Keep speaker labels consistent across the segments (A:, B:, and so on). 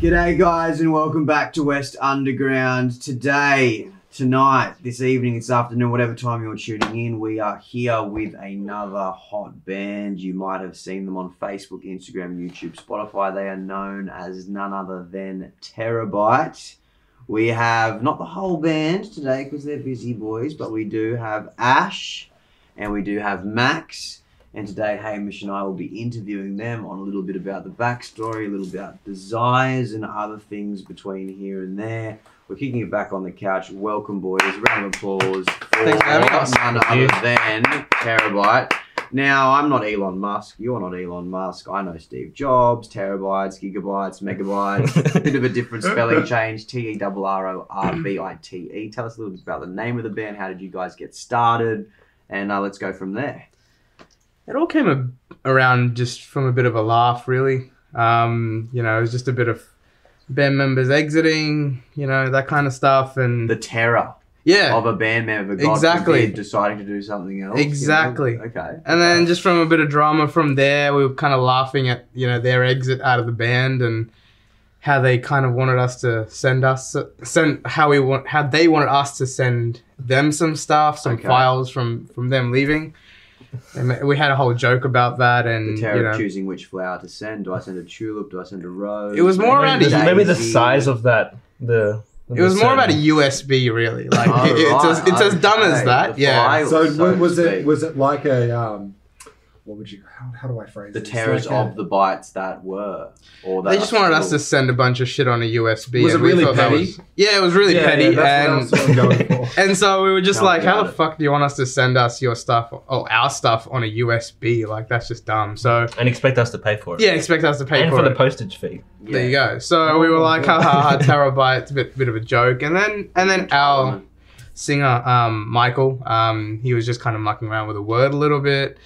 A: G'day, guys, and welcome back to West Underground. Today, tonight, this evening, this afternoon, whatever time you're tuning in, we are here with another hot band. You might have seen them on Facebook, Instagram, YouTube, Spotify. They are known as none other than Terabyte. We have not the whole band today because they're busy boys, but we do have Ash and we do have Max. And today, Hamish and I will be interviewing them on a little bit about the backstory, a little about desires and other things between here and there. We're kicking it back on the couch. Welcome, boys. Round of applause for
B: Thanks for having us.
A: none other
B: Thank
A: than Terabyte. Now, I'm not Elon Musk. You're not Elon Musk. I know Steve Jobs, terabytes, gigabytes, megabytes. a bit of a different spelling change. T E R R O R B I T E. Tell us a little bit about the name of the band. How did you guys get started? And uh, let's go from there.
B: It all came a- around just from a bit of a laugh, really. Um, you know, it was just a bit of band members exiting, you know, that kind of stuff. And
A: The terror.
B: yeah.
A: of a band member God
B: Exactly.
A: forbid, deciding to do something else. you know?
B: Exactly.
A: Okay.
B: and then just from a bit of drama from there, we were kind of laughing at, you know, their exit out of the band and how they kind of wanted us to send us, send how we want, how they wanted us to send them some stuff, some
A: Okay.
B: files from, from them leaving. And we had a whole joke about that. And,
A: the terror
B: mm, you know,
A: of choosing which flower to send. Do I send a tulip? Do I send a rose?
B: It was more
A: Maybe
B: around a
A: a
B: year.
C: maybe, maybe the
A: daisy.
C: size of that the
B: It was more about a USB, really. Like
A: Oh,
B: it- it's, as, it's as dumb as
A: okay.
B: that.
A: The
B: yeah.
A: file,
D: So, wa-
A: to
D: was it
A: speak.
D: was it like a um, what would you how, how do I phrase
A: the
D: this?
A: terrors
D: Like a-
A: of the bites that were, or that
B: They just wanted us to send a bunch of shit on a USB.
D: Was
B: and
D: it
B: we
D: really
B: thought that
D: petty?
B: was- yeah, it was really
D: Yeah,
B: petty.
D: yeah, that's what
B: and,
D: I'm going for.
B: and so we were just
A: Tell me
B: like, how
A: about
B: the
A: it.
B: fuck do you want us to send us your stuff, oh, our stuff on a USB? Like, that's just dumb. So,
C: and expect us to pay for it
B: yeah, expect us to pay
C: and
B: for,
C: for, the
B: it.
C: postage fee
A: Yeah.
B: There you go. So we were like, ha ha ha, terabytes, bit, bit of a joke. And then, and then our. singer um, Michael. Um, he was just kind of mucking around with the word a little bit,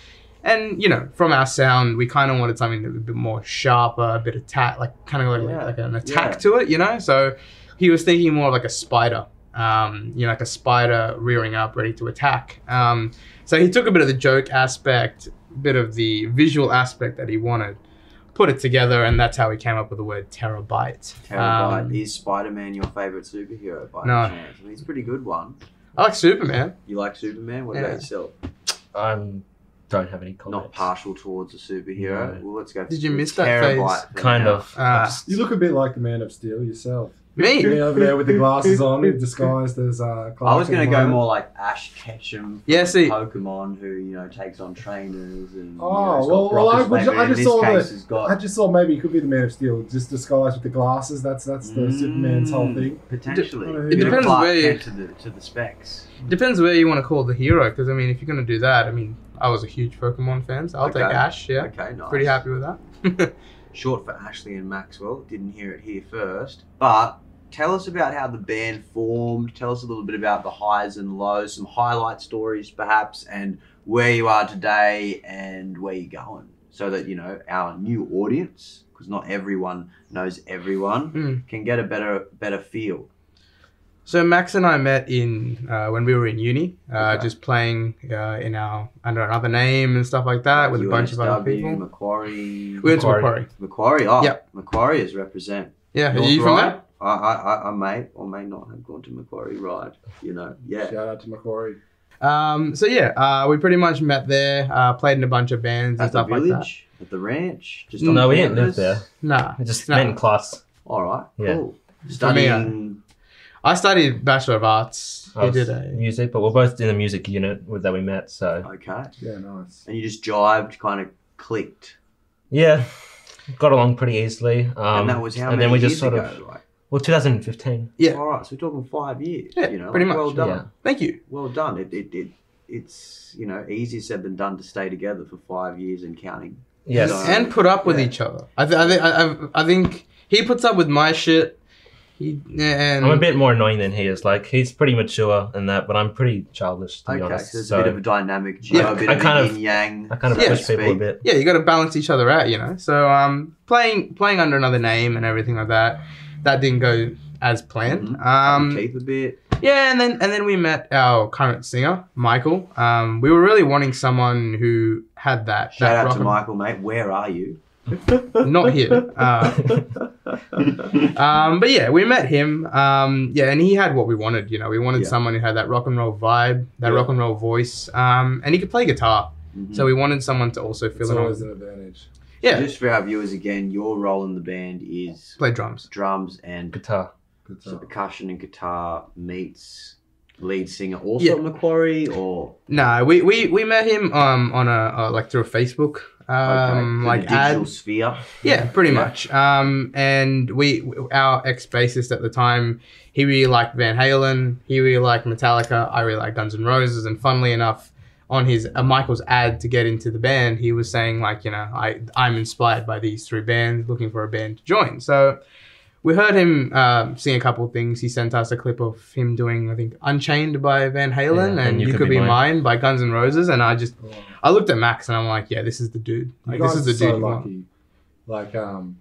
B: and you know, from our sound, we kind of wanted something that was a bit more sharper, a bit attack, like kind of like,
A: Yeah.
B: like an attack
A: Yeah.
B: to it, you know. So he was thinking more of like a spider, um, you know, like a spider rearing up, ready to attack. Um, so he took a bit of the joke aspect, bit of the visual aspect that he wanted. Put it together, and that's how we came up with the word terabyte.
A: Terabyte
B: Um,
A: is Spider-Man your favorite superhero by
B: No.
A: any chance? I mean, he's a pretty good one.
B: I like Superman.
A: You like Superman? What about
B: Yeah.
A: yourself?
C: i don't have any comments
A: Not partial towards a superhero.
C: No.
A: Well, let's go.
B: Did you
A: for
B: miss that phase?
A: Terabyte for
C: kind
A: now.
C: of
B: Uh,
D: You look a bit like the Man of Steel yourself.
B: me.
D: You know, over there with the glasses on, disguised as uh. Clark
A: I was
D: at
A: going to
D: the
A: go
D: moment.
A: more like Ash Ketchum.
B: Yeah,
A: from
B: see-
A: Pokemon, who you know takes on trainers and.
D: Oh,
A: you know, has got
D: well- well, I
A: Brock's
D: would-
A: flavor.
D: I
A: In
D: just
A: this
D: saw
A: case,
D: that-
A: Has
D: I
A: got
D: just thought maybe he could be the Man of Steel, just disguised with the glasses. That's that's the Superman's whole
A: Mm,
D: thing.
A: Potentially,
D: It
A: Bit of
B: depends
A: Clark
B: where you-
A: Kent to the to the specs.
B: Depends where you want to call the hero, because I mean, if you're going to do that, I mean, I was a huge Pokemon fan, so I'll take
A: Okay.
B: Ash. Yeah,
A: Okay, nice.
B: pretty happy with that.
A: Short for Ashley and Maxwell. Didn't hear it here first, but. Tell us about how the band formed. Tell us a little bit about the highs and lows, some highlight stories perhaps, and where you are today and where you're going. So that, you know, our new audience, because not everyone knows everyone,
B: Mm.
A: can get a better better feel.
B: So Max and I met in uh, when we were in uni, uh,
A: Okay.
B: just playing uh, in our under another name and stuff like that Uh, with a bunch of other
A: UNSW,
B: people.
A: Macquarie.
B: We went to
C: Macquarie.
B: Macquarie.
A: Macquarie. Oh,
B: Yeah.
A: Macquarie is represent.
B: Yeah, are
A: North
B: you from
A: Ryde?
B: there?
A: I, I, I- I may or may not have gone to Macquarie Ride. You know, yeah.
D: Shout out to Macquarie.
B: Um, so yeah, uh, we pretty much met there, uh, played in a bunch of bands and
A: At the
B: stuff like that.
A: village, at the ranch. Just
B: No,
A: on
C: no we didn't
A: campus.
C: live there
B: Nah,
C: we just
B: No.
C: met in class
A: All right,
C: Yeah.
A: cool. Studying.
B: I studied Bachelor of Arts.
C: I
B: You
C: was
B: did a
C: music but we're both in the music unit with, that we met so
A: Okay.
D: Yeah, nice.
A: And you just jived, kind of clicked.
C: yeah got along pretty easily um
A: and that was how
C: and
A: many
C: then we
A: years
C: just sort
A: ago?
C: of
A: like,
C: well 2015
B: Yeah.
A: All right, so we're talking five years.
B: Yeah,
A: you know,
B: pretty
A: like,
B: much,
A: Well done.
C: yeah.
B: thank you.
A: Well done. It, it, it, it's, you know, easier said than done to stay together for five years and counting.
C: yes
A: No.
B: and put up with
A: Yeah.
B: each other. I, th- I, th- I, I- I think he puts up with my shit. He and
C: i'm a bit more annoying than he is like he's pretty mature in that but i'm pretty childish to
A: Okay,
C: be honest
A: so there's
C: so
A: a bit of a dynamic duo,
B: Yeah,
A: a bit
C: I
A: of
C: kind
A: a
C: of-
A: yin yang.
C: i kind of
A: so to
C: push people a
A: speak.
C: bit
B: yeah, you got to balance each other out, you know. So um, playing playing under another name and everything like that, that didn't go as planned.
A: Mhm.
B: Um,
A: Keep a bit.
B: yeah, and then and then we met our current singer Michael. Um, we were really wanting someone who had that
A: Shout
B: that
A: out
B: rock
A: to
B: and-
A: Michael, mate. Where are you?
B: not here. Uh, um, but yeah, we met him. Um, yeah, and he had what we wanted. You know, we wanted
A: Yeah.
B: someone who had that rock and roll vibe, that
A: Yeah.
B: rock and roll voice, um, and he could play guitar.
A: Mhm.
B: So we wanted someone to also fill
D: It's
B: in.
D: always
B: on
D: an advantage.
B: Yeah,
A: Just for our viewers again, your role in the band is
B: play drums.
A: drums and
C: Guitar.
D: Good
A: so
D: time.
A: percussion and guitar meets lead singer also
B: Yeah.
A: at Macquarie or
B: Nah, we, we, we met him um, on a uh, like through a Facebook um,
A: okay,
B: like
A: the digital
B: ad.
A: sphere.
B: Yeah, pretty
A: Yeah.
B: much. Um, and we, our ex bassist at the time, he really liked Van Halen. He really liked Metallica. I really liked Guns N' Roses. And funnily enough, on his uh, Michael's ad to get into the band, he was saying like, you know, I I'm inspired by these three bands, looking for a band to join. So. We heard him um, sing a couple of things. He sent us a clip of him doing, I think, "Unchained" by Van Halen
C: Yeah,
B: and "You, Could Be,
C: Mine.
B: Mine. by Guns N' Roses, and I just,
D: Cool.
B: I looked at Max and I'm like, yeah, this is the dude.
D: You
B: Like,
D: guys
B: this is the
D: are so
B: dude. you want.
D: lucky. Like um,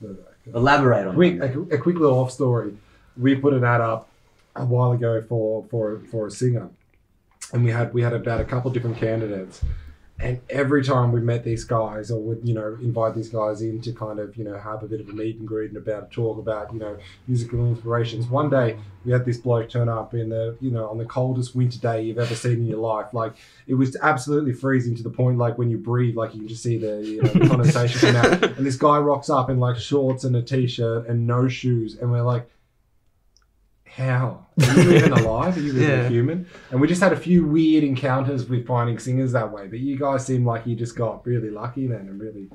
D: the-
A: Elaborate on
D: quick,
A: that.
D: a, a quick little off story. We put an ad up a while ago for for for a singer, and we had we had about a couple different candidates, and every time we met these guys or would you know invite these guys in to kind of you know have a bit of a meet and greet and about talk about you know musical inspirations. One day we had this bloke turn up in the you know on the coldest winter day you've ever seen in your life. Like it was absolutely freezing to the point like when you breathe, like you can just see the, you know, the condensation come out. And this guy rocks up in like shorts and a t-shirt and no shoes, and we're like, how? Are you even alive? Are you even
B: Yeah.
D: human? And we just had a few weird encounters with finding singers that way. But you guys seem like you just got really lucky then, and really.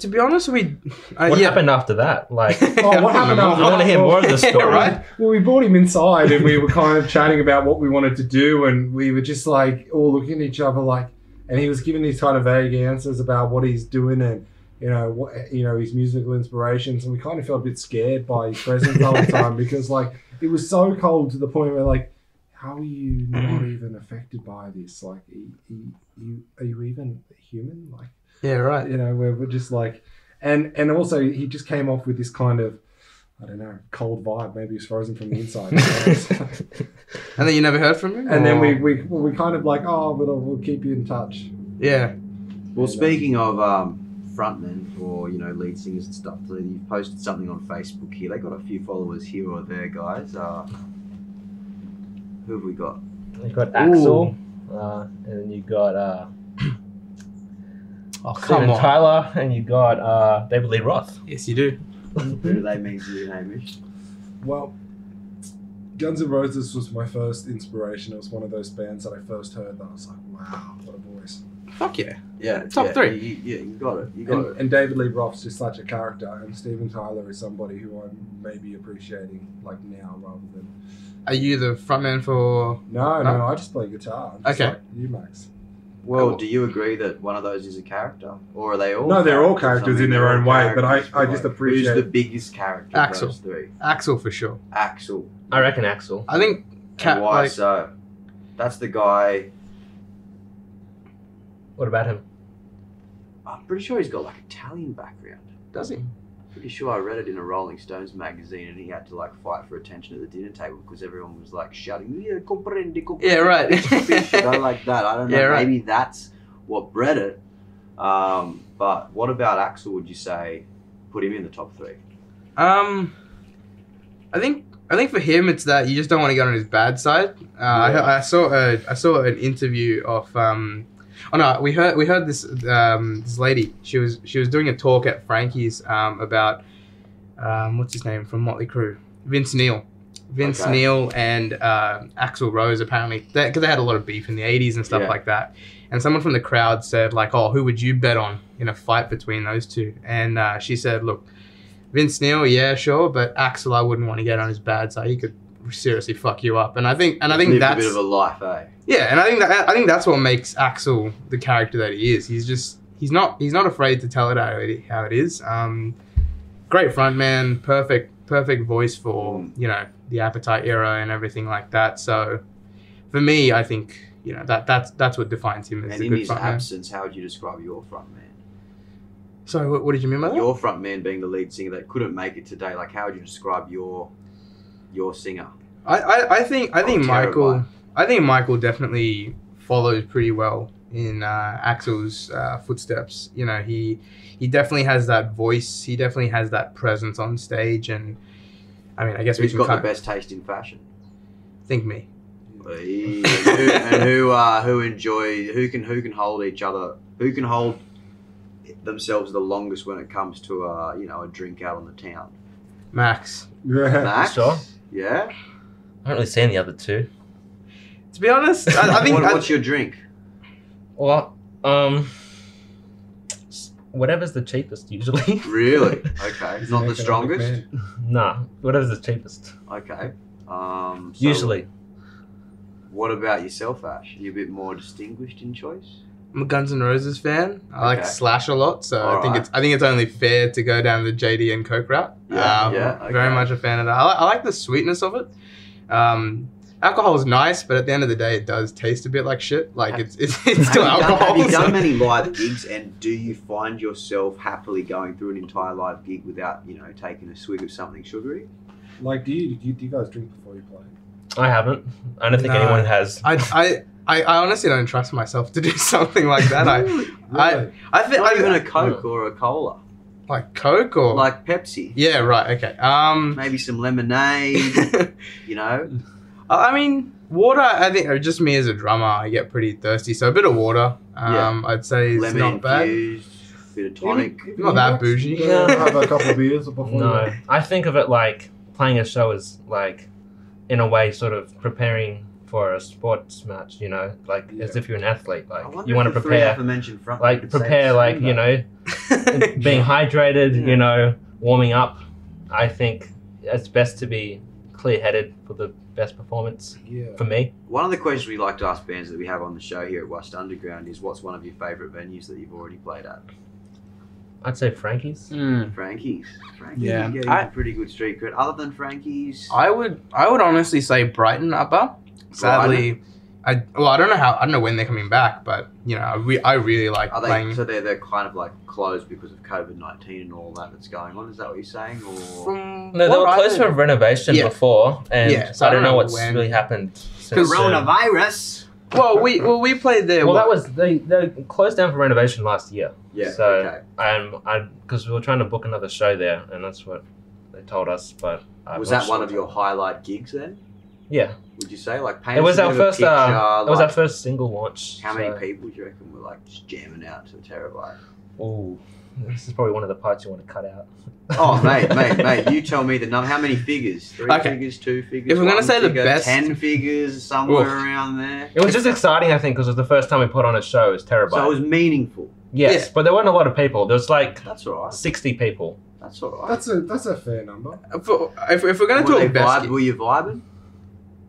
B: To be honest, we. Uh,
C: What
B: yeah.
C: happened after that? Like, I
D: Oh, what happened
B: remember.
D: after
C: want to hear more of the
B: Yeah,
C: story.
B: right.
D: Well, we brought him inside and we were kind of chatting about what we wanted to do, and we were just like all looking at each other, like, and he was giving these kind of vague answers about what he's doing and you know what you know his musical inspirations, and we kind of felt a bit scared by his presence the whole time because like it was so cold to the point where like. How are you not even affected by this? Like, are you, you, are you even human? Like,
B: Yeah, right.
D: you know, we're, we're just like, and and also he just came off with this kind of, I don't know, cold vibe. Maybe he's frozen from the inside.
B: And then you never heard from him?
D: and
B: Or-
D: then we we well, we kind of like, oh, we'll, we'll keep you in touch.
B: Yeah.
A: Well,
D: Yeah, no.
A: speaking of um, frontmen or you know lead singers and stuff, so you've posted something on Facebook here. They got a few followers here or there, guys. Uh, who have we got?
C: You got Axel, uh, and then you got uh,
B: Oh,
C: Steven Tyler, and you got uh, David Lee Roth.
B: Yes, you do.
A: Who do they mean to you, Hamish?
D: Well, Guns N' Roses was my first inspiration. It was one of those bands that I first heard that I was like, wow, what a voice.
B: Fuck yeah.
A: Yeah,
B: Top
A: yeah,
B: three.
A: You, you- yeah, you got it. You got
D: And,
A: it.
D: and David Lee Roth's just such a character, and Steven Tyler is somebody who I'm maybe appreciating like now rather than
B: Are you the frontman for.
D: No, no,
B: No?
D: I just play guitar. I'm just
B: Okay.
D: like you, Max.
A: Well, do you agree that one of those is a character, or are they all?
D: No, they're all characters
A: I mean,
D: in their
A: they're
D: own
A: all
D: way, but I-
A: characters,
D: I just
A: like,
D: appreciate-
A: who's the biggest character.
B: Axel.
A: Of those three.
B: Axel for sure.
A: Axel.
C: I reckon Axel.
B: I think. Cat,
A: and why
B: like,
A: so? That's the guy.
C: What about him?
A: I'm pretty sure he's got like Italian background.
B: does he?
A: Pretty sure I read it in a Rolling Stones magazine, and he had to like fight for attention at the dinner table because everyone was like shouting, "Yeah, comprende, comprende."
B: Yeah, right.
A: Fish, I like that. I don't know.
B: Yeah, right.
A: Maybe that's what bred it. Um, but what about Axel? Would you say put him in the top three?
B: Um, I think I think for him it's that you just don't want to get on his bad side. Uh, I, I saw a, I saw an interview of um, oh no, we heard we heard this um, this lady. She was she was doing a talk at Frankie's um, about um, what's his name from Motley Crue, Vince Neil. Vince
A: Okay.
B: Neil and uh, Axel Rose apparently because they had a lot of beef in the '80s and stuff
A: Yeah.
B: like that. And someone from the crowd said like, "Oh, who would you bet on in a fight between those two? And uh, she said, "Look, Vince Neil, yeah, sure, but Axel, I wouldn't want to get on his bad side. He could seriously fuck you up." And I think, and I think
A: Lived
B: that's
A: a bit of a life, eh?
B: yeah, and I think that I think that's what makes Axel the character that he is. He's just he's not he's not afraid to tell it how it, how it is. Um, great front man, perfect perfect voice for
A: Mm.
B: you know the Appetite era and everything like that. So for me, I think you know that that's that's what defines him as
A: And
B: a
A: in
B: good
A: his
B: front man.
A: absence, how would you describe your front man?
B: So what, what did you mean by that?
A: Your front man being the lead singer that couldn't make it today. Like, how would you describe your your singer?
B: I, I, I think I think
A: Oh,
B: Michael
A: terrible.
B: I think Michael definitely follows pretty well in uh, Axel's uh, footsteps. You know, he he definitely has that voice. He definitely has that presence on stage, and I mean, I guess we
A: Who's
B: can
A: got the
B: cut-
A: best taste in fashion?
B: think me.
A: Hey, and who, and who, uh, who enjoy who can who can hold each other who can hold themselves the longest when it comes to uh, you know a drink out on the town.
B: Max.
D: Yeah.
A: Max,
C: Sure.
A: yeah.
C: I don't really see any other two.
B: To be honest, I, I think
A: What-
B: I-
A: what's your drink?
C: Well, um, s- whatever's the cheapest usually.
A: Really? Okay,
D: He's
A: not
D: an
A: the
D: economic
A: strongest.
D: man.
C: nah, whatever's the cheapest.
A: Okay. Um, so
C: usually.
A: What about yourself, Ash? Are you a bit more distinguished in choice?
B: I'm a Guns N' Roses fan. I like
A: Okay.
B: Slash a lot, so I think
A: Alright.
B: it's I think it's only fair to go down the JD and Coke route.
A: Yeah,
B: Um,
A: yeah,
B: Very
A: okay.
B: much a fan of that. I, li- I like the sweetness of it. Um, alcohol is nice, but at the end of the day, it does taste a bit like shit. Like it's it's, it's still
A: have you done-
B: alcohol.
A: have you
B: so-
A: done many live gigs, and do you find yourself happily going through an entire live gig without, you know, taking a swig of something sugary?
D: Like, do you, do you do you guys drink before you play?
C: I haven't. I don't think
B: No.
C: anyone has.
B: I, I I I honestly don't trust myself to do something like that. I I-
D: Really?
B: I think
A: Not
B: I,
A: even a Coke or a cola,
B: like Coke or
A: like Pepsi,
B: yeah right okay um.
A: maybe some lemonade. you know,
B: I I mean, water. I think uh, just me as a drummer, I get pretty thirsty, so a bit of water. Um, I'd say is
A: lemon
B: not bad.
A: infused, bit of tonic.
D: Even- even
B: Not that
D: Max,
B: bougie.
D: you don't have a couple of beers before. you-
C: No, I think of it like playing a show is like, in a way, sort of preparing for a sports match. You know, like as
D: Yeah.
C: if you're an athlete. Like
A: I wonder
C: you want
A: if
C: to
A: the three
C: prepare,
A: aforementioned front
C: like
A: men could say
C: prepare,
A: the
C: like
A: same,
C: you
A: though.
C: know, being hydrated.
A: Yeah.
C: You know, warming up. I think it's best to be clear-headed for the best performance
D: Yeah.
C: for me.
A: One of the questions we like to ask bands that we have on the show here at West Underground is, what's one of your favourite venues that you've already played at?
C: I'd say Frankie's.
A: Frankie's. Frankie's
B: Yeah.
A: is getting
B: I-
A: a pretty good street cred. Other than Frankie's,
B: I would I would honestly say Brighton upper. Sadly, I well I don't know how I don't know when they're coming back, but you know I, re- I really like
A: are they
B: playing.
A: so they're they're kind of like closed because of COVID nineteen and all that that's going on? Is that what you're saying? Or
B: From
C: No, they
B: what
C: were
B: I-
C: closed for renovation
B: Yeah.
C: before, and
B: Yeah, so
C: I don't know
B: when-
C: what's really happened. Since, then.
A: coronavirus?
B: Well, we well we played there.
C: Well, that
B: what-
C: was they they closed down for renovation last year.
A: Yeah.
C: So-
A: okay.
C: Um, I because we were trying to book another show there, and that's what they told us. But I'm
A: Was
C: not
A: that one
C: sure.
A: of your highlight gigs then?
C: Yeah,
A: Would you say like paint
C: it was
A: us a
C: our
A: bit of a
C: first. Uh,
A: picture,
C: it was our
A: like,
C: first single launch.
A: How many
B: uh,
C: so-
A: people do you reckon were like just jamming out to the terabyte?
C: Ooh, this is probably one of the parts you want to cut out.
A: Oh, mate, mate, mate! You tell me the number. How many figures? Three
B: Okay.
A: figures, two figures.
B: If we're gonna
A: one
B: say the
A: figure,
B: best-
A: ten figures somewhere
B: Oof.
A: around there.
C: It was just exciting, I think, because it was the first time we put on a show. It was terrible.
A: So it was meaningful.
C: yes, but there weren't a lot of people. There was like
A: That's all right.
C: sixty people.
A: That's all right.
D: That's a that's a fair number.
B: for- if, if we're gonna
A: Were they
B: talk best,
A: vibe- Were you vibing?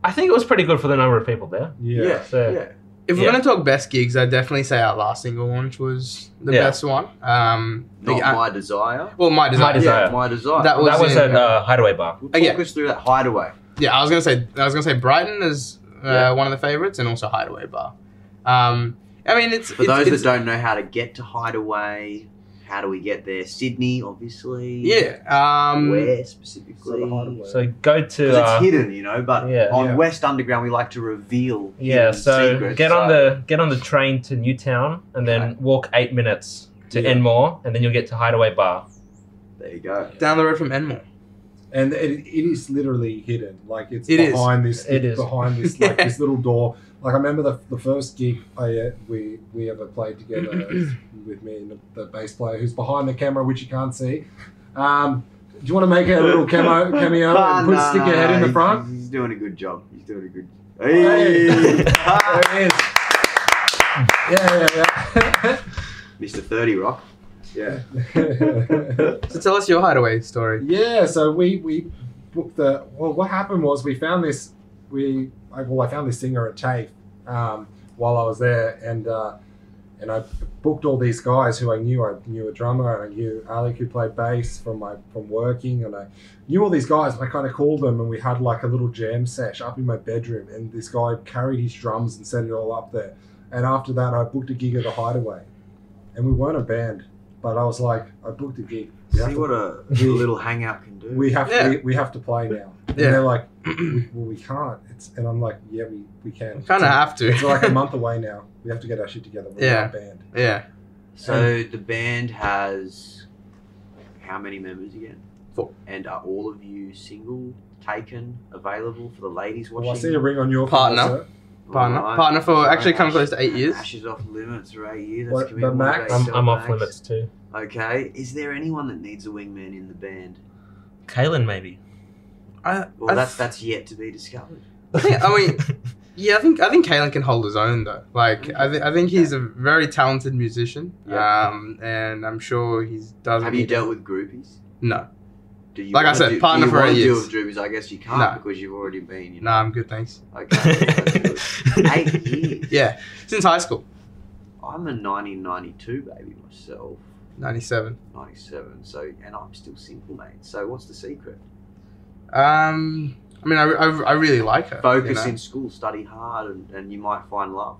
C: I think it was pretty good for the number of people there.
A: Yeah.
C: So-
A: yeah.
B: if we're
C: Yeah.
B: gonna talk best gigs, I'd definitely say our last single launch was the
C: Yeah.
B: best one. Um, the-
A: Not
B: uh,
A: my desire.
B: well, my design.
C: My Desire.
A: Yeah, my desire.
B: That was
C: that was
B: in-
C: at uh, Hideaway Bar.
A: We'll
B: Uh,
A: talk
B: yeah.
A: us through that hideaway.
B: Yeah, I was gonna say I was gonna say Brighton is uh,
A: Yeah.
B: one of the favorites, and also Hideaway Bar. Um, I mean, it's
A: For
B: it's-
A: those
B: it's-
A: that don't know how to get to Hideaway, how do we get there? Sydney, obviously.
B: yeah. Um,
A: Where specifically?
D: So the Hideaway.
C: So go to.
A: 'Cause
C: Uh,
A: it's hidden, you know. But
C: yeah.
A: on
D: Yeah.
A: West Underground, we like to reveal.
C: Yeah,
A: hidden
C: so
A: secrets,
C: get on
A: so-
C: the get on the train to Newtown and then walk eight minutes to
D: Yeah.
C: Enmore, and then you'll get to Hideaway Bar.
A: There you go.
B: down the road from Enmore.
D: and it, it is literally hidden. Like it's
B: It is.
D: behind this.
C: It
D: it's
C: is.
D: behind this like this little door. Like I remember the, the first gig I uh, we we ever played together with me and the, the bass player who's behind the camera, which you can't see. Um, do you want to make a little camo, cameo
A: Ah,
D: and put,
A: nah,
D: stick your
A: nah,
D: head in the
A: he's-
D: front?
A: He's doing a good job. He's doing a good.
D: Hey.
A: Hey. Ah,
D: There it is. Yeah, yeah,
A: Mr. Thirty Rock. Yeah.
D: yeah.
B: So tell us your hideaway story.
D: Yeah, so we we booked the. Well, what happened was we found this. We I, well, I found this singer at TAFE um, while I was there, and uh, and I booked all these guys who I knew. I knew a drummer, and I knew Alec who played bass from my from working, and I knew all these guys. And I kind of called them, and we had like a little jam sesh up in my bedroom. And this guy carried his drums and set it all up there. And after that, I booked a gig at the Hideaway, and we weren't a band, but I was like, I booked a gig. We have
A: See
D: to-
A: what a
D: we-
A: little hangout can do.
D: we have
B: Yeah.
D: we, we have to play now. And
B: Yeah.
D: they're like, we, well, we can't. It's and I'm like, yeah, we, we can.
B: Kind of have
D: It's like a
B: to.
D: month away now. We have to get our shit together. We're
B: Yeah.
D: a band.
B: yeah.
A: so the band has how many members again?
B: Four.
A: And are all of you single, taken, available for the ladies watching?
D: Well, Oh, I see a ring on your
B: Partner.
D: finger,
B: Partner,
A: Alright.
B: partner for actually come
A: Ash-
B: close to eight years.
A: Ash is off limits for eight years. That's
D: What-
A: gonna be
D: but
A: one
D: Max-
A: day
C: I'm,
A: still,
C: I'm off
A: Max.
C: limits too.
A: Okay. Is there anyone that needs a wingman in the band?
C: Kalen maybe.
B: I,
A: Well,
B: I
A: that's
B: th-
A: that's yet to be discovered.
B: think- I mean, yeah, I think I think Kalen can hold his own though. Like, I, th- I think he's a very talented musician.
A: Yeah.
B: Um, and I'm sure he's doesn't.
A: Have you dealt with groupies?
B: No,
A: Do you
B: Like I
A: wanna
B: said,
A: do,
B: partner
A: do you
B: for
A: wanna
B: eight
A: deal
B: years.
A: with groupies? I guess you can't
B: No.
A: because you've already been. You
B: no,
A: know.
B: I'm good, thanks.
A: Okay. that's good. eight years.
B: Yeah, since high school,
A: I'm a 1992 baby myself,
B: '97.
A: 97. So, and I'm still single, mate. So, what's the secret?
B: Um, I mean, I, re- I, re- I really like her. you
A: Focus
B: know?
A: in school, study hard, and, and you might find love.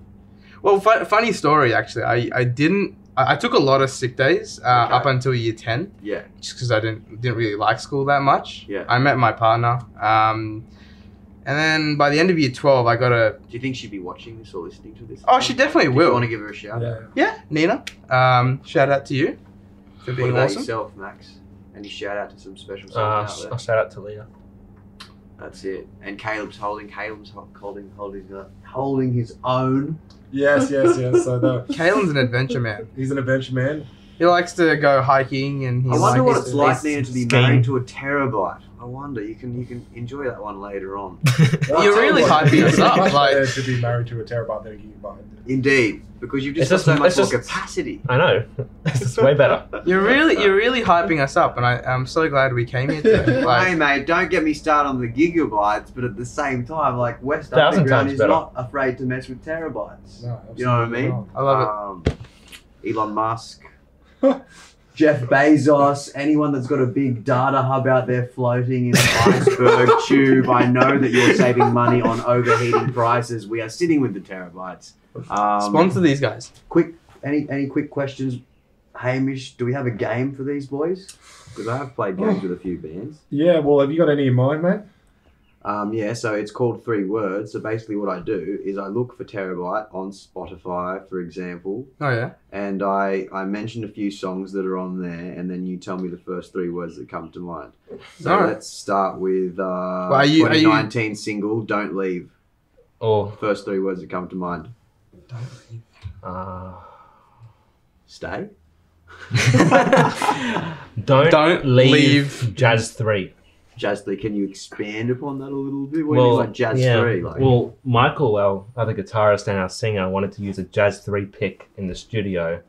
B: Well, fu- funny story actually. I, I didn't. I, I took a lot of sick days uh,
A: Okay.
B: up until year ten,
A: Yeah.
B: just because I didn't didn't really like school that much.
A: Yeah.
B: I met my partner, um, and then by the end of year twelve, I got a
A: Do you think she'd be watching this or listening to this?
B: Oh, she definitely
A: Do
B: will.
A: You want to give her a shout? out?
D: yeah.
B: yeah Nina. Um, shout out to you for
A: What
B: being
A: about
B: awesome.
A: yourself, Max? Any shout out to some special
C: uh,
A: someone out
C: I'll
A: there?
C: I'll shout out to Leah.
A: That's it. And Caleb's holding. Caleb's ho- holding. Holding. uh, Holding his own.
D: Yes, yes, yes. So the,
B: Kalen's an adventure man.
D: he's an adventure man.
B: He likes to go hiking and he
A: I wonder what
B: likes
A: it's
B: to-
A: like now to be
C: skiing.
A: married to a terabyte. I wonder. You can you can enjoy that one later on.
D: Well, I
B: You're
D: tell you
B: really
D: what,
B: hyping us
D: it's
B: up,
D: much
B: like-
D: better to be married to a terabyte than a gigabyte.
A: Indeed, because you've just
C: It's
A: got
C: just-
A: so much
C: it's
A: more
C: just-
A: capacity.
C: I know. It's way better.
B: You're
A: Uh,
B: really you're really hyping us up, and I, I'm so glad we came here today.
A: hey
B: Like,
A: mate, don't get me started on the gigabytes, but at the same time, like West
C: Thousand
A: Underground
C: times
A: is
C: better.
A: not afraid to mess with terabytes.
D: No,
A: You know what I
D: absolutely
A: mean?
D: not.
B: I love it.
A: um, Elon Musk, Jeff Bezos, anyone that's got a big data hub out there floating in an iceberg tube. I know that you're saving money on overheating prices. We are sitting with the terabytes. Um,
B: Sponsor these guys.
A: Quick, any any quick questions? Hamish, do we have a game for these boys? Because I have played games with a few bands.
D: Yeah. Well, have you got any in mind, mate?
A: Um, yeah, so it's called Three Words. So basically, what I do is I look for terabyte on Spotify, for example,
B: Oh yeah.
A: and I, I mentioned a few songs that are on there, and then you tell me the first three words that come to mind. So
B: Alright.
A: let's start with uh,
B: Well, are you- are you-
A: 2019 single "Don't Leave."
C: Or
A: First three words that come to mind:
C: uh,
A: stay.
C: don't
B: Don't
C: leave,
B: leave-
C: Jazz Three.
A: Jasly, can you expand upon that a little bit? What do
C: Well,
A: you mean, like jazz
C: yeah.
A: three? Like,
C: Well, Michael, our other guitarist and our singer, wanted to use a Jazz 3 pick in the studio,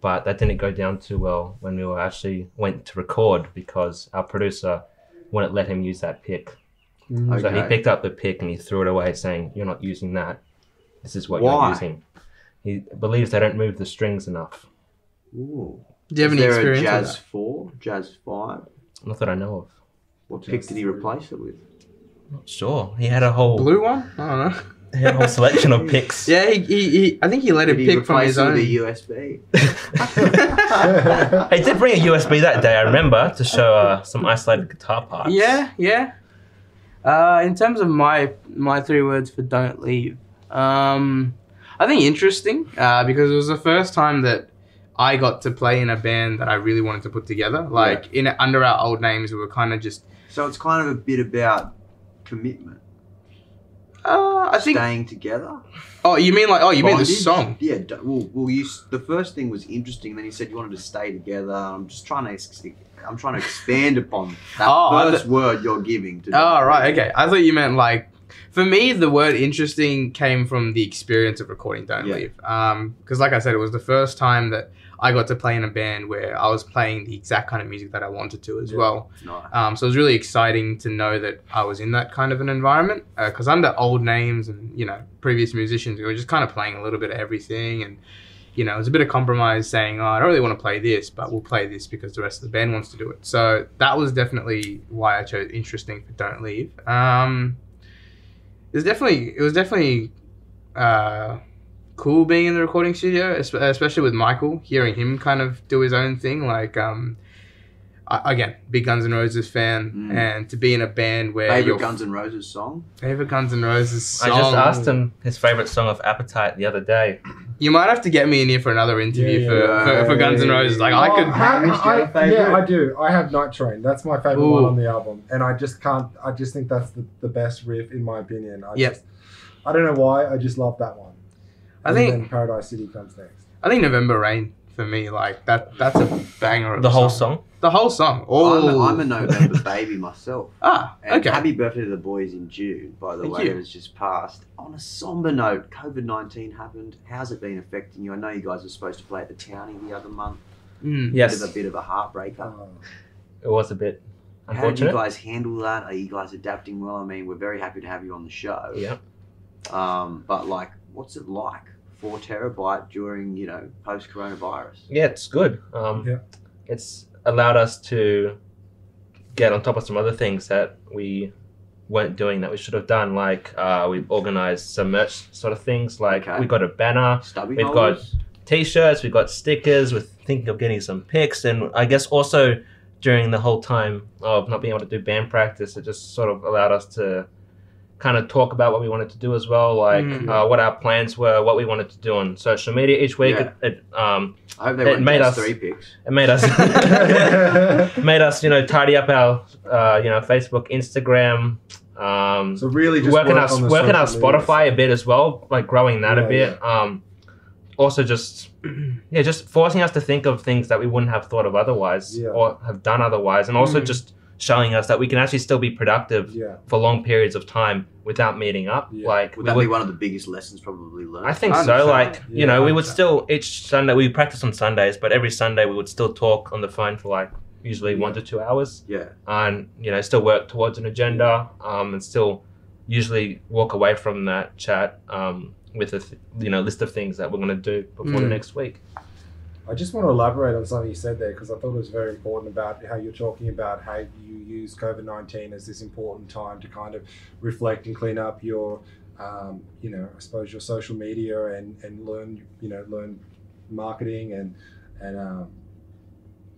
C: but that didn't go down too well when we were actually went to record because our producer wouldn't let him use that pick.
A: okay.
C: So he picked up the pick and he threw it away, saying, "You're not using that. This is what
A: Why?
C: you're using." He believes they don't move the strings enough.
A: Ooh.
B: Do you have
A: Is
B: any
A: there
B: experience
A: a
B: with
A: jazz
B: that?
A: four, jazz five?
C: Not that I know of.
A: What
D: Jazz
A: pick did he replace it with?
C: Not sure. He had a whole
B: Blue one? I don't know.
C: he had a whole selection of picks.
B: Yeah, he, he, he I think he let it
A: Did he
B: pick from
A: replace
B: his
A: it
B: own.
A: with a USB?
C: I did bring a USB that day. I remember to show uh, some isolated guitar parts.
B: yeah, yeah. Uh, in terms of my my three words for don't leave, um, I think interesting uh, because it was the first time that I got to play in a band that I really wanted to put together. Like in under our old names, we were kind of just.
A: So it's kind of a bit about commitment,
B: Uh, I think.
A: staying together.
B: Oh, you mean like? Oh, you mean the
A: Bondage?
B: song?
A: Yeah. d- Well, well, you. s- The first thing was interesting. Then you said you wanted to stay together. I'm just trying to. ex- I'm trying to expand upon that
B: Oh, I
A: first word you're giving to.
B: Oh, right. Okay. I thought you meant like. For me, the word interesting came from the experience of recording Don't
A: Yeah.
B: Leave. Because, like I said, it was the first time that I got to play in a band where I was playing the exact kind of music that I wanted to as
D: Yeah.
B: well.
A: Nice.
B: Um, so it was really exciting to know that I was in that kind of an environment. Because under old names and, you know, previous musicians, we were just kind of playing a little bit of everything. And, you know, it was a bit of compromise saying, oh, I don't really want to play this, but we'll play this because the rest of the band wants to do it. So that was definitely why I chose Interesting for Don't Leave. Um, it was definitely, it was definitely uh, cool being in the recording studio, es- especially with Michael, hearing him kind of do his own thing. Like, um, I, again, big Guns N' Roses fan,
A: Mm.
B: and to be in a band where your
A: Favorite Guns N' Roses song?
B: favorite Guns N' Roses
C: I
B: song.
C: just asked him his favorite song of Appetite the other day.
B: You might have to get me in here for another interview
D: Yeah,
B: for,
A: yeah,
B: for,
A: yeah,
B: for Guns N'
A: yeah,
B: Roses.
A: yeah,
B: Like
A: yeah.
B: I
D: Oh,
B: could.
D: I-
A: Hamish, do you
D: I-
A: have a favourite?
D: yeah, I do. I have Night Train. That's my favorite one
B: Ooh.
D: on the album, and I just can't. I just think that's the, the best riff in my opinion. I
B: Yep.
D: just, I don't know why. I just love that one.
B: I
D: and
B: think-
D: then Paradise City comes next.
B: I think November Rain for me, like that. That's a banger. Of
C: The
B: a
C: whole song.
B: The whole song.
A: I'm,
B: Oh,
A: I'm a November baby myself.
B: ah,
A: And
B: okay.
A: happy birthday to the boys in June, by the
B: Thank
A: way,
B: you.
A: that has just passed. On a somber note, COVID 19 happened. How's it been affecting you? I know you guys were supposed to play at the Townie the other month.
B: Mm.
C: Yes,
A: Bit of a bit of a heartbreaker.
D: Uh,
C: it was a bit
A: How did you
C: Oh, unfortunate.
A: guys handle that? Are you guys adapting well? I mean, we're very happy to have you on the show.
C: yeah.
A: Um, but like, what's it like? Four terabyte during you know post coronavirus.
C: Yeah, it's good. Um,
D: Yeah.
C: It's allowed us to get on top of some other things that we weren't doing that we should have done. Like uh, we've organized some merch sort of things. Like
A: Okay.
C: we got a banner,
A: Stubby
C: We've
A: holders.
C: t-shirts, we got stickers. We're thinking of getting some pics, and I guess also during the whole time of not being able to do band practice, it just sort of allowed us to kind of talk about what we wanted to do as well, like
B: Mm.
C: uh, what our plans were, what we wanted to do on social media each week.
A: Yeah.
C: It, it, um,
A: I hope they
C: it
A: weren't
C: made
A: just
C: us-
A: three picks.
C: it made us. made us, you know, tidy up our, uh, you know, Facebook, Instagram, um,
D: so really, just
C: working
D: work
C: our
D: on the
C: working our
D: social media.
C: Spotify a bit as well, like growing that
D: Yeah,
C: a bit. Um, also, just
B: Hmm.
C: yeah, just forcing us to think of things that we wouldn't have thought of otherwise
D: Yeah.
C: or have done otherwise, and also
B: Mm.
C: just showing us that we can actually still be productive
D: Yeah.
C: for long periods of time without meeting up.
D: Yeah.
C: Like
A: Would
C: we
A: that
C: would-
A: be one of the biggest lessons probably learned?
C: I think
B: I
C: so.
B: understand.
C: Like
D: Yeah,
C: you know,
B: I
C: we would
B: understand.
C: still each Sunday we practice on Sundays, but every Sunday we would still talk on the phone for like usually one to two hours
A: yeah.
C: and you know still work towards an agenda um, and still usually walk away from that chat um, with a th- you know list of things that we're going to do before the
B: Mm.
C: next week
D: I just want to elaborate on something you said there because I thought it was very important about how you're talking about how you use COVID 19 as this important time to kind of reflect and clean up your, um, you know, I suppose your social media and, and learn, you know, learn marketing and, and um,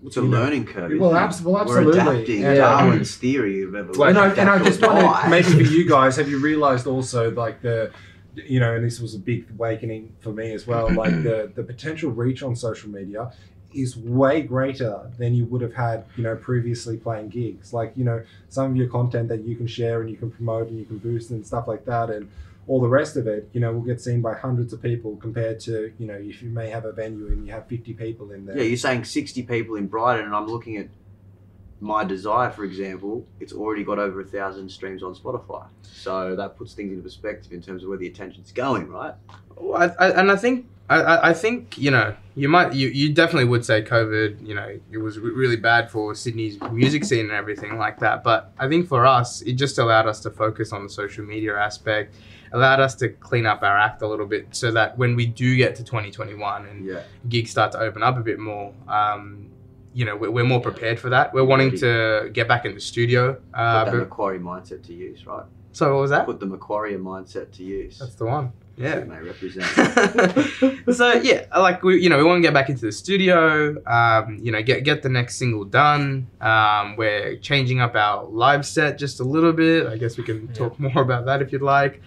A: It's a
D: You know,
A: learning curve.
D: well,
A: isn't it?
D: abs- well,
A: We're
D: absolutely. uh,
A: adapting
D: Yeah.
A: Darwin's theory of evolution.
D: and I, and I
A: That
D: just
A: was
D: wanted
A: wise.
D: maybe for you guys, have you realized also like the, you know, and this was a big awakening for me as well, like the the potential reach on social media is way greater than you would have had, you know, previously playing gigs. Like, you know, some of your content that you can share and you can promote and you can boost and stuff like that and all the rest of it, you know, will get seen by hundreds of people compared to, you know, if you may have a venue and you have 50 people in there.
A: Yeah, you're saying 60 people in Brighton, and I'm looking at my desire, for example. It's already got over a thousand streams on Spotify, so that puts things into perspective in terms of where the attention's going, right?
B: Well, I, I, and I think I- I, I think you know you might you, you definitely would say COVID you know it was re- really bad for Sydney's music scene and everything like that. But I think for us it just allowed us to focus on the social media aspect, allowed us to clean up our act a little bit so that when we do get to 2021 and
A: Yeah,
B: gigs start to open up a bit more. Um, you know, we're, we're more prepared for that. We're wanting to get back in the studio.
A: put
B: Uh,
A: that
B: but-
A: Macquarie mindset to use, right?
B: so what was that?
A: Put the Macquarie mindset to use.
B: That's the one. Yeah.
A: It may represent.
B: so yeah, I like we, you know, we want to get back into the studio. Um, you know, get get the next single done. Um, we're changing up our live set just a little bit. I guess we can
C: Yeah.
B: talk more about that if you'd like.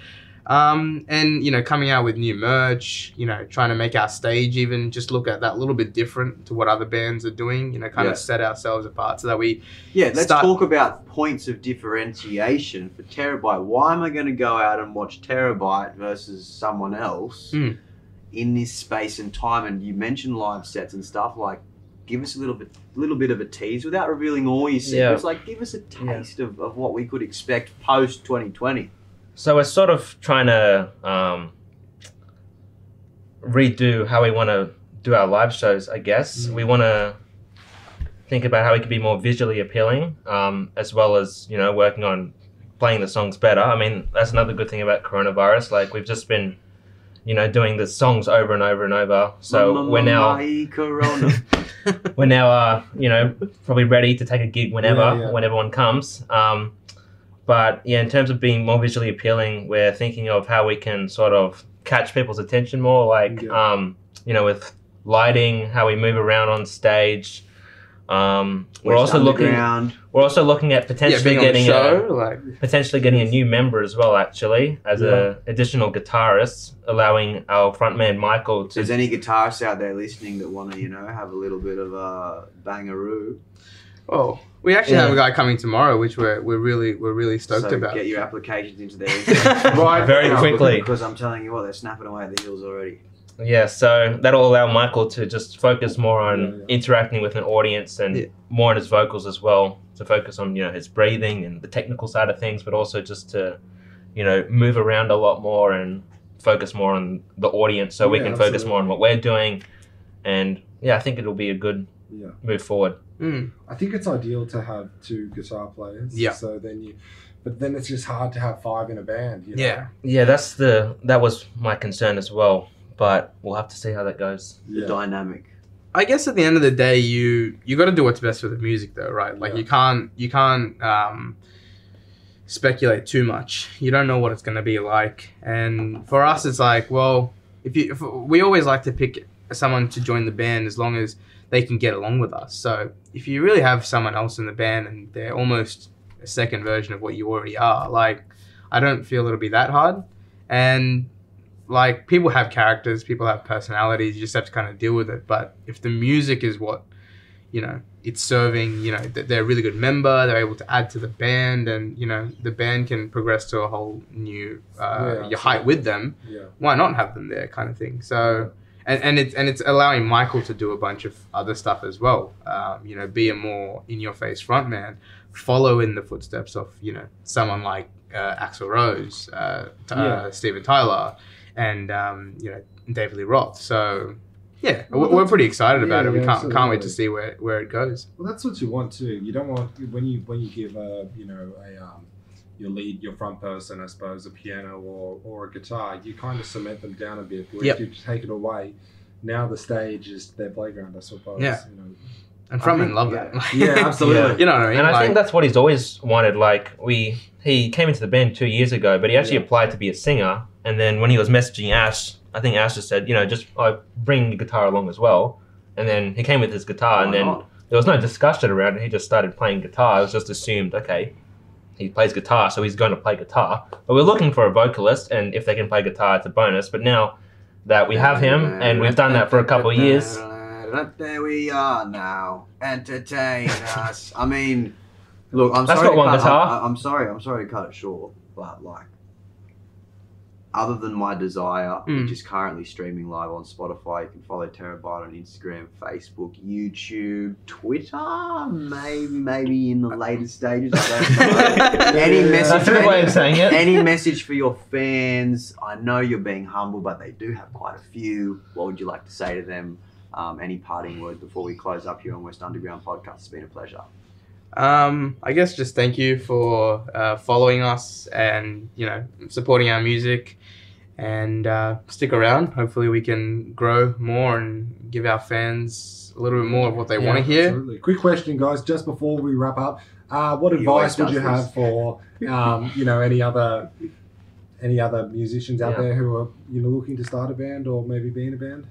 B: Um, and you know, coming out with new merch. You know, trying to make our stage even just look at that little bit different to what other bands are doing. You know, kind
A: Yeah.
B: of set ourselves apart so that we
A: Yeah, let's
B: Start-
A: talk about points of differentiation for Terabyte. Why am I going to go out and watch Terabyte versus someone else
C: Hmm.
B: Mm.
A: in this space and time? And you mentioned live sets and stuff. Like, give us a little bit, little bit of a tease without revealing all your
C: Yeah.
A: secrets. Like, give us a
C: Yeah.
A: taste of, of what we could expect post 2020.
C: so we're sort of trying to um, redo how we want to do our live shows i guess we want to think about how we could be more visually appealing um, as well as you know working on playing the songs better i mean that's another good thing about coronavirus like we've just been you know doing the songs over and over and over so
A: Mamma
C: we're now
A: mia,
B: Oh,
A: Corona.
C: we're now uh, you know probably ready to take a gig whenever
D: Yeah, yeah.
C: when everyone comes um, but yeah in terms of being more visually appealing we're thinking of how we can sort of catch people's attention more like
D: Yeah.
C: um, you know with lighting how we move around on stage Um, we're
A: West
C: also looking.
A: Underground.
C: We're also looking at potentially
B: being on the
C: getting
B: show,
C: a,
B: like
C: potentially getting a new member as well. Actually, as
D: Yeah.
C: a additional guitarist, allowing our frontman Michael
A: If
C: to
A: there's any guitarists out there listening that want to, you know, have a little bit of a bangaroo,
B: oh, we actually
C: Yeah.
B: have a guy coming tomorrow, which we're we're really we're really stoked
A: so
B: about.
A: get your applications into there
D: Right
C: very
D: now.
C: quickly.
A: because I'm telling you what, they're snapping away at the heels already.
C: Yeah, so that'll allow Michael to just focus more on
D: Yeah, yeah.
C: interacting with an audience and
B: Yeah.
C: more on his vocals as well. To focus on you know his breathing and the technical side of things, but also just to you know move around a lot more and focus more on the audience, so we
D: Yeah,
C: can focus
D: absolutely.
C: more on what we're doing. And yeah, I think it'll be a good
D: Yeah.
C: move forward.
B: Mm.
D: I think it's ideal to have two guitar players.
B: Yeah.
D: So then you, but then it's just hard to have five in a band. You know?
B: Yeah.
C: Yeah, that's the that was my concern as well, but we'll have to see how that goes.
A: The
D: Yeah.
A: dynamic.
B: I guess at the end of the day, you you got to do what's best for the music, though, right? Like
D: Yeah.
B: you can't you can't um, speculate too much. You don't know what it's going to be like, and for us, it's like, well, if you if we always like to pick someone to join the band as long as they can get along with us. So if you really have someone else in the band and they're almost a second version of what you already are, like I don't feel it'll be that hard, and like people have characters, people have personalities. You just have to kind of deal with it. But if the music is what you know, it's serving. You know, that they're a really good member. They're able to add to the band, and you know, the band can progress to a whole new uh,
D: Yeah,
B: your height with them.
D: Yeah.
B: Why not have them there, kind of thing. So. And, and it's and it's allowing Michael to do a bunch of other stuff as well. Um, you know, be a more in your face frontman, follow in the footsteps of you know someone like uh, Axel Rose, uh, t-
D: Yeah.
B: uh, Steven Tyler, and um, you know David Lee Roth. So yeah,
D: Well,
B: we're, we're pretty excited about
D: yeah,
B: it. We
D: yeah,
B: can't can't wait
D: absolutely.
B: to see where, where it goes.
D: Well, that's what you want too. You don't want when you when you give a you know a um, your lead your front person I suppose a piano or or a guitar you kind of cement them down a bit. Where
B: Yep.
D: If you take it away, now the stage is their playground I suppose.
B: Yeah.
D: You know.
B: And
A: I
B: from
A: think-
B: in love
A: yeah.
B: that. Like,
D: Yeah, absolutely.
B: you know what I mean?
C: And I
B: Like,
C: think that's what he's always wanted. Like we, he came into the band two years ago, but he actually
D: Yeah.
C: applied to be a singer. And then when he was messaging Ash, I think Ash just said, you know, just like bring your guitar along as well. And then he came with his guitar,
A: Why
C: and then
A: not?
C: there was no discussion around it. He just started playing guitar. It was just assumed, okay, he plays guitar, so he's going to play guitar. But we're looking for a vocalist, and if they can play guitar, it's a bonus. But now that we have him, and we've done that for a couple of years.
A: There we are now. Entertain us. I mean, look, I'm
C: That's
A: sorry.
C: not
A: to
C: one
A: cut-
C: guitar.
A: I, I'm sorry. I'm sorry to cut it short, but like, other than my desire,
B: Mm.
A: which is currently streaming live on Spotify, you can follow Terabyte on Instagram, Facebook, YouTube, Twitter. Maybe, maybe in the later stages. I don't know. Any
D: Yeah.
A: message
C: That's a good way of saying it.
A: Any message for your fans? I know you're being humble, but they do have quite a few. What would you like to say to them? Um, any parting words before we close up here on West Underground Podcast? It's been a pleasure.
B: Um, I guess just thank you for uh, following us and you know supporting our music, and uh, stick around. Hopefully, we can grow more and give our fans a little bit more of what they
C: Yeah,
B: want to hear.
D: Absolutely. Quick question, guys, just before we wrap up. Uh, what
A: He always
D: advice would
A: does
D: you
A: this.
D: have for um, you know any other any other musicians out
C: Yeah.
D: there who are you know looking to start a band or maybe be in a band?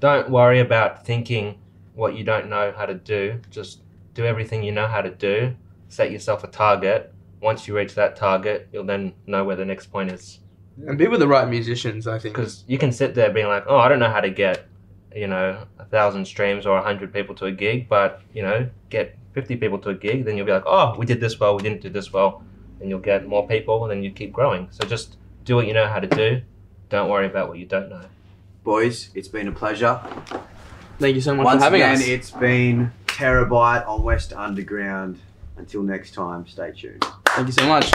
C: don't worry about thinking what you don't know how to do. Just do everything you know how to do. Set yourself a target. Once you reach that target, you'll then know where the next point is.
B: And be with the right musicians, I think.
C: Because you can sit there being like, oh, I don't know how to get, you know, a thousand streams or a hundred people to a gig, but you know, get fifty people to a gig, then you'll be like, oh, we did this well, we didn't do this well, and you'll get more people, and then you keep growing. So just do what you know how to do. Don't worry about what you don't know.
A: Boys, it's been a pleasure.
B: Thank you so much
A: Once
B: for having
A: again,
B: us.
A: it's been Terabyte on West Underground. Until next time, stay tuned.
B: Thank you so much.